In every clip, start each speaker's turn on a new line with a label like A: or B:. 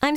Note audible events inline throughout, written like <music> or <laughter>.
A: I'm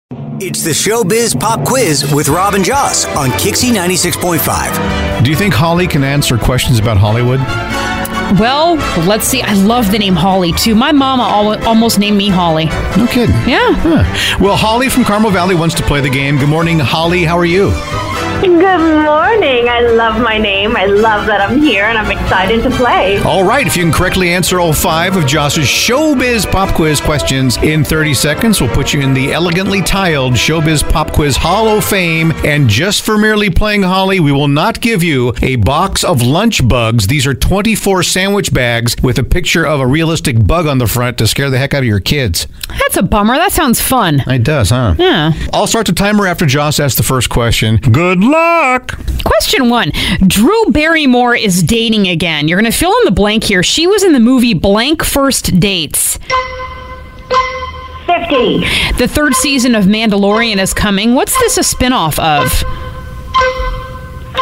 B: It's the Showbiz Pop Quiz with Robin Joss on Kixie 96.5.
C: Do you think Holly can answer questions about Hollywood?
D: Well, let's see. I love the name Holly too. My mama al- almost named me Holly.
C: No kidding.
D: Yeah.
C: Huh. Well, Holly from Carmel Valley wants to play the game. Good morning, Holly. How are you?
E: Good morning. I love my name. I love that I'm here and I'm excited to play.
C: All right. If you can correctly answer all five of Josh's Showbiz Pop Quiz questions in 30 seconds, we'll put you in the elegantly tiled Showbiz Pop Quiz Hall of Fame. And just for merely playing Holly, we will not give you a box of lunch bugs. These are 24 sandwich bags with a picture of a realistic bug on the front to scare the heck out of your kids.
D: That's a bummer. That sounds fun.
C: It does, huh?
D: Yeah.
C: I'll start the timer after Joss asks the first question. Good luck.
D: Question one Drew Barrymore is dating again. You're going to fill in the blank here. She was in the movie Blank First Dates.
E: 50.
D: The third season of Mandalorian is coming. What's this a spinoff of?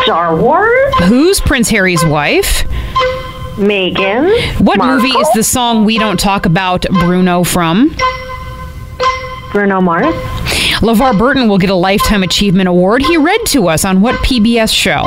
E: Star Wars.
D: Who's Prince Harry's wife?
E: Megan.
D: What
E: Markle.
D: movie is the song We Don't Talk About Bruno from?
E: Bruno Mars.
D: LeVar Burton will get a Lifetime Achievement Award. He read to us on what PBS show?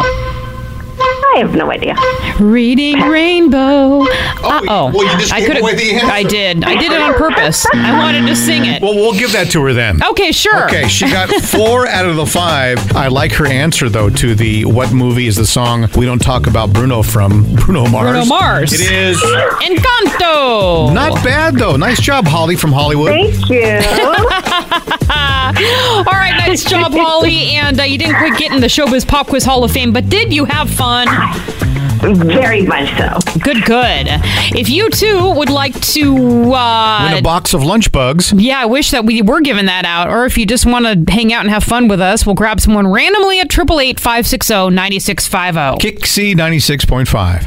E: I have no idea.
D: Reading Rainbow. Uh oh.
C: well, you just
D: I
C: gave
D: could
C: away the answer.
D: I did. I did it on purpose. I wanted to sing it.
C: Well, we'll give that to her then.
D: Okay, Oh, sure.
C: Okay, she got
D: <laughs>
C: four out of the five. I like her answer though to the what movie is the song we don't talk about Bruno from Bruno Mars.
D: Bruno Mars.
C: It is
D: Encanto.
C: not bad though. Nice job, Holly from Hollywood.
E: Thank you.
D: All right, nice job, Holly. And uh, you didn't quite get in the Showbiz Pop Quiz Hall of Fame, but did you have fun?
E: Very much so.
D: Good, good. If you too would like to,
C: Win
D: uh,
C: a box of lunch bugs.
D: yeah, I wish that we were giving that out. Or if you just want to hang out and have fun with us, we'll grab someone randomly at 888 560 9650.
C: Kixie ninety six point five.